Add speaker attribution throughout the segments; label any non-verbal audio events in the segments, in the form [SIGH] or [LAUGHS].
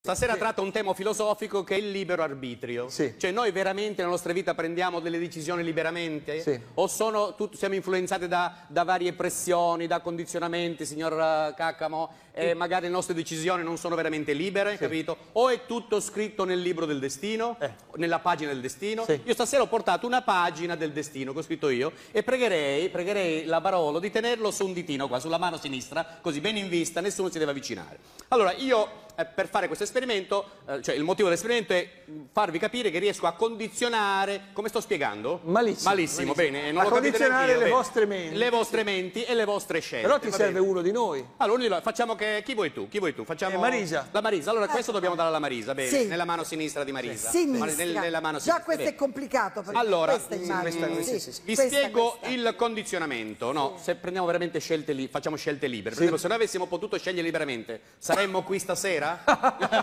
Speaker 1: Stasera tratta un tema filosofico che è il libero arbitrio.
Speaker 2: Sì.
Speaker 1: Cioè noi veramente nella nostra vita prendiamo delle decisioni liberamente?
Speaker 2: Sì.
Speaker 1: O sono tut- siamo influenzati da, da varie pressioni, da condizionamenti, signor eh, Caccamo, e magari le nostre decisioni non sono veramente libere, capito? O è tutto scritto nel libro del destino,
Speaker 2: Eh.
Speaker 1: nella pagina del destino.
Speaker 2: Sì.
Speaker 1: Io stasera ho portato una pagina del destino che ho scritto io e pregherei, pregherei la Barolo di tenerlo su un ditino qua, sulla mano sinistra, così bene in vista, nessuno si deve avvicinare. Allora, io eh, per fare questo esperimento, eh, cioè il motivo dell'esperimento è mh, farvi capire che riesco a condizionare, come sto spiegando?
Speaker 2: Malissimo.
Speaker 1: Malissimo, bene. eh, Non
Speaker 2: A
Speaker 1: lo capite
Speaker 2: condizionare
Speaker 1: neanch'io,
Speaker 2: le
Speaker 1: bene.
Speaker 2: vostre menti.
Speaker 1: Le vostre menti e le vostre scelte.
Speaker 2: Eh, Però ti
Speaker 1: eh, va
Speaker 2: serve
Speaker 1: bene?
Speaker 2: uno
Speaker 1: [LAUGHS]
Speaker 2: di noi.
Speaker 1: Allora, ognuno- facciamo che chi vuoi tu? Chi vuoi tu? Facciamo
Speaker 2: Eh, Marisa.
Speaker 1: La Marisa. Allora,
Speaker 3: Ecco.
Speaker 1: questo dobbiamo dare alla Marisa, bene,
Speaker 3: Sì.
Speaker 1: nella mano sinistra di Marisa. Ma Esatto. nel-
Speaker 3: Sinistra.
Speaker 1: nella mano
Speaker 3: Già
Speaker 1: sinistra.
Speaker 3: questo
Speaker 1: bene.
Speaker 3: è complicato ecco, perché
Speaker 1: Allora,
Speaker 3: questa
Speaker 1: sì,
Speaker 3: immagine,
Speaker 2: questa-
Speaker 3: sì,
Speaker 2: sì, sì, sì.
Speaker 1: Vi
Speaker 3: questa,
Speaker 1: spiego
Speaker 3: questa.
Speaker 1: il condizionamento, no? Se prendiamo veramente scelte lì, facciamo scelte libere. Per
Speaker 2: Sì.
Speaker 1: esempio, se noi avessimo potuto scegliere liberamente, saremmo qui stasera?
Speaker 2: [LAUGHS]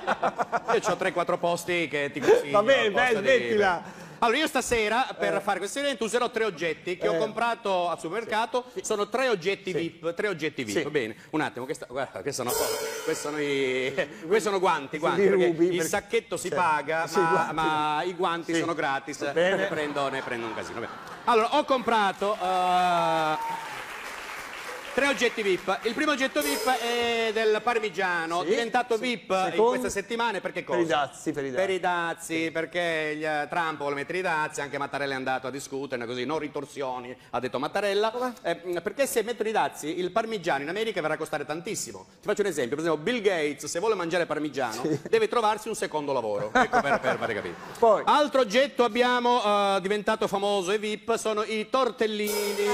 Speaker 2: Ah,
Speaker 1: io ho 3-4 posti che ti consiglio.
Speaker 2: Va bene,
Speaker 1: posta
Speaker 2: dai,
Speaker 1: di-
Speaker 2: smettila. Eh.
Speaker 1: Allora, io stasera per fare questo evento userò tre oggetti che ho comprato al supermercato. Sono tre oggetti VIP. Tre oggetti VIP.
Speaker 2: Sì.
Speaker 1: Bene, un attimo, questa, guarda, questi sono, questi sono
Speaker 2: [LAUGHS]
Speaker 1: i, questi sono guanti. guanti
Speaker 2: li
Speaker 1: perché
Speaker 2: rubi,
Speaker 1: il
Speaker 2: perché-
Speaker 1: sacchetto si
Speaker 2: Sì.
Speaker 1: paga,
Speaker 2: Sì,
Speaker 1: ma,
Speaker 2: guanti.
Speaker 1: ma i guanti sono gratis.
Speaker 2: Bene.
Speaker 1: Ne prendo, ne prendo un casino. bene. Allora, ho comprato eh, tre oggetti VIP. Il primo oggetto VIP è del parmigiano,
Speaker 2: Sì,
Speaker 1: diventato
Speaker 2: sì.
Speaker 1: VIP in
Speaker 2: Secondo-
Speaker 1: queste settimane perché
Speaker 2: Per
Speaker 1: cosa?
Speaker 2: i dazi, per i dazi.
Speaker 1: Per i dazi, perché gli, eh, Trump vuole mettere i dazi, anche Mattarella è andato a discuterne così, non ritorsioni, ha detto Mattarella. Eh, mh, perché se mettono i dazi, il parmigiano in America verrà a costare tantissimo. Ti faccio un esempio, per esempio Bill Gates, se vuole mangiare parmigiano, deve trovarsi un secondo lavoro. Ecco, per, per fare capire.
Speaker 2: Poi.
Speaker 1: Altro oggetto abbiamo eh, diventato famoso e VIP, sono i tortellini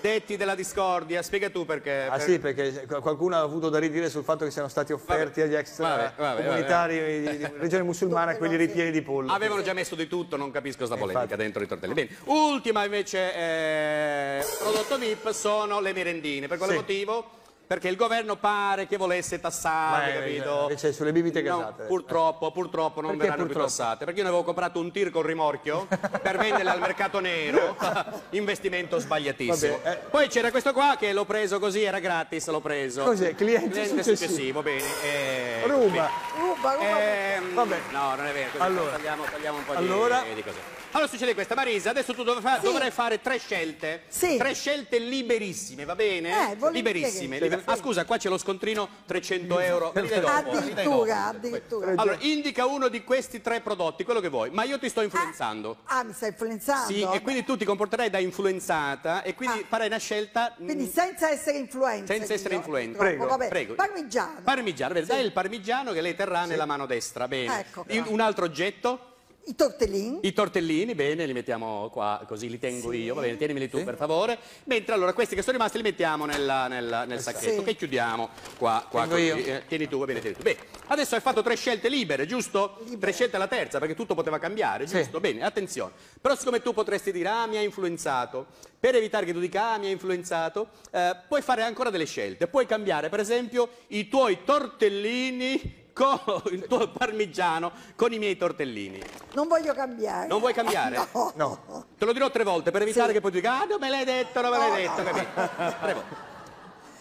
Speaker 1: detti della discordia. Spiega tu perché.
Speaker 2: Eh. Ah
Speaker 1: per-
Speaker 2: sì, perché qualcuno ha avuto da ridire sul fatto che siano stati offerti agli ex
Speaker 1: vabbè, vabbè,
Speaker 2: comunitari di, di regione musulmana quelli ripieni di pollo.
Speaker 1: Avevano già messo di tutto, non capisco sta polemica
Speaker 2: Eh, infatti.
Speaker 1: dentro i tortelli. Bene, ultima invece eh, prodotto VIP sono le merendine. Per quale
Speaker 2: Sì.
Speaker 1: motivo? Perché il governo pare che volesse tassare,
Speaker 2: Ma, eh,
Speaker 1: capito?
Speaker 2: invece sulle bibite
Speaker 1: No,
Speaker 2: gasate.
Speaker 1: purtroppo, purtroppo non
Speaker 2: Perché
Speaker 1: verranno più
Speaker 2: purtroppo?
Speaker 1: tassate. Perché io ne avevo comprato un tir con rimorchio
Speaker 2: [LAUGHS]
Speaker 1: per venderle al mercato nero. [LAUGHS] Investimento sbagliatissimo.
Speaker 2: Vabbè, eh.
Speaker 1: Poi c'era questo qua che l'ho preso così, era gratis, l'ho preso.
Speaker 2: Cos'è? Cliente successivo.
Speaker 1: successivo, bene. eh,
Speaker 2: Ruba.
Speaker 3: Ruba, ruba.
Speaker 1: Ehm,
Speaker 2: Vabbè.
Speaker 1: No, non è vero. così,
Speaker 2: Allora.
Speaker 1: Tagliamo, tagliamo un po'
Speaker 2: Allora.
Speaker 1: di, di cose. Allora succede questa, Marisa, adesso tu dov- fa- dovrai fare tre scelte.
Speaker 3: Sì.
Speaker 1: Tre scelte liberissime, va bene?
Speaker 3: Eh, volentieri.
Speaker 1: liberissime.
Speaker 3: Sì.
Speaker 1: liber- Ah, scusa, qua c'è lo scontrino 300 euro. Li dai dopo, li dai dopo.
Speaker 3: addirittura, addirittura.
Speaker 1: Allora, indica uno di questi tre prodotti, quello che vuoi, ma io ti sto influenzando.
Speaker 3: Ah, mi stai influenzando?
Speaker 1: Sì, e quindi tu ti comporterai da influenzata e quindi
Speaker 3: Ah.
Speaker 1: farai una scelta mm, mh,
Speaker 3: Quindi senza essere influenza.
Speaker 1: Senza essere
Speaker 3: io,
Speaker 1: influenza.
Speaker 3: purtroppo,
Speaker 2: Prego,
Speaker 3: vabbè.
Speaker 1: Prego.
Speaker 3: Parmigiano.
Speaker 1: Parmigiano, vedi, dai il parmigiano che lei terrà nella mano destra, bene.
Speaker 3: Ecco qua.
Speaker 1: Il- un altro oggetto?
Speaker 3: I
Speaker 2: Mm-hmm.
Speaker 3: tortellini.
Speaker 1: I tortellini, bene, li mettiamo qua, così li tengo io, va bene, tienimeli tu per favore. Mentre allora questi che sono rimasti li mettiamo nella- nella- nel sacchetto,
Speaker 3: Sì.
Speaker 1: che chiudiamo qua, qua
Speaker 2: Esatto. Tengo
Speaker 1: così.
Speaker 2: io.
Speaker 1: Eh, tieni tu, va bene, tieni tu. Bene, adesso hai fatto tre scelte libere, giusto? Tre scelte alla terza, perché tutto poteva cambiare,
Speaker 2: Sì.
Speaker 1: giusto? Bene, attenzione. Però siccome tu potresti dire, ah, mi ha influenzato, per evitare che tu dica, ah, mi ha influenzato, eh, puoi fare ancora delle scelte. Puoi cambiare, per esempio, i tuoi tortellini [LAUGHS] con il tuo parmigiano con i miei tortellini.
Speaker 3: Non voglio cambiare.
Speaker 1: Non vuoi cambiare?
Speaker 3: [LAUGHS] Ah, No.
Speaker 1: [LAUGHS]
Speaker 2: No.
Speaker 1: Te lo dirò tre volte per evitare
Speaker 3: Sì. Oh,
Speaker 1: che poi tu dica, ah, non me l'hai detto, non me l'hai detto, capito? Tre volte.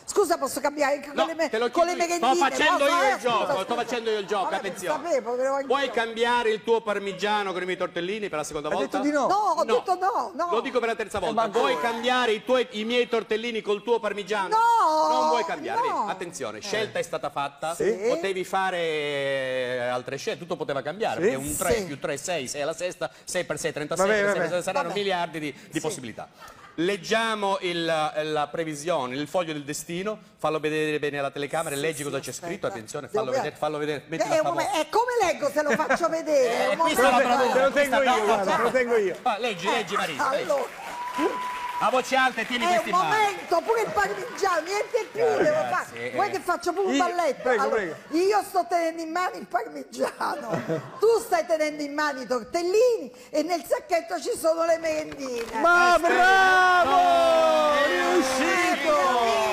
Speaker 3: Scusa, posso cambiare anche
Speaker 1: No,
Speaker 3: con le, me-
Speaker 1: te lo
Speaker 3: con
Speaker 1: chiedo
Speaker 3: le
Speaker 1: io.
Speaker 3: merendine?
Speaker 1: Sto facendo
Speaker 3: Posso?
Speaker 1: io
Speaker 3: Eh,
Speaker 1: il gioco,
Speaker 3: scusa,
Speaker 1: sto
Speaker 3: scusa.
Speaker 1: facendo io il gioco,
Speaker 3: Vabbè,
Speaker 1: attenzione.
Speaker 3: Sapevo, volevo anche
Speaker 1: Puoi
Speaker 3: io.
Speaker 1: cambiare il tuo parmigiano con i miei tortellini per la seconda
Speaker 2: Ha
Speaker 1: volta?
Speaker 2: detto di no.
Speaker 3: No, ho detto no, no.
Speaker 1: Lo dico per la terza volta.
Speaker 2: ma ancora.
Speaker 1: Vuoi cambiare i, tuoi- i miei tortellini col tuo parmigiano?
Speaker 3: No,
Speaker 1: Non vuoi cambiare.
Speaker 3: no. Eh.
Speaker 1: Vedi, Attenzione, scelta è stata fatta.
Speaker 2: Sì.
Speaker 1: Potevi fare altre scelte, tutto poteva cambiare.
Speaker 2: Sì.
Speaker 1: Perché un 3
Speaker 3: Sì.
Speaker 1: più 3 è 6, 6 alla sesta, 6 per 6 è 36,
Speaker 2: Vabbè,
Speaker 1: per sei-
Speaker 2: vabbè.
Speaker 1: saranno
Speaker 3: Vabbè.
Speaker 1: miliardi di, di possibilità. Leggiamo il- la previsione, il foglio del destino, fallo vedere bene alla telecamera, leggi cosa c'è
Speaker 3: aspetta.
Speaker 1: scritto, attenzione,
Speaker 3: Devo
Speaker 1: fallo vedere,
Speaker 3: guardare.
Speaker 1: fallo vedere, metti
Speaker 3: Eh,
Speaker 1: la
Speaker 3: un
Speaker 1: famosa.
Speaker 3: momento, eh, come leggo se lo faccio vedere? È
Speaker 1: Eh,
Speaker 3: un
Speaker 1: qui
Speaker 2: Te
Speaker 1: sta
Speaker 3: momento.
Speaker 1: la
Speaker 2: lo, te lo
Speaker 1: traduzione.
Speaker 2: tengo io, guarda, te lo tengo io.
Speaker 1: Ah, leggi, leggi Marisa, leggi.
Speaker 3: Allora,
Speaker 1: a voce alta e tieni
Speaker 3: è
Speaker 1: questi
Speaker 3: un
Speaker 1: in mano.
Speaker 3: momento, pure il parmigiano, niente più devo fare.
Speaker 1: eh.
Speaker 3: Vuoi che faccio pure un
Speaker 2: Io-
Speaker 3: balletto?
Speaker 2: prego,
Speaker 3: Allora,
Speaker 2: prego.
Speaker 3: Io sto tenendo in mano
Speaker 2: [LAUGHS]
Speaker 3: il parmigiano, tu stai tenendo in mano i tortellini e nel sacchetto ci sono le merendine.
Speaker 2: Ma bravo!
Speaker 1: Eh,
Speaker 2: Riuscito!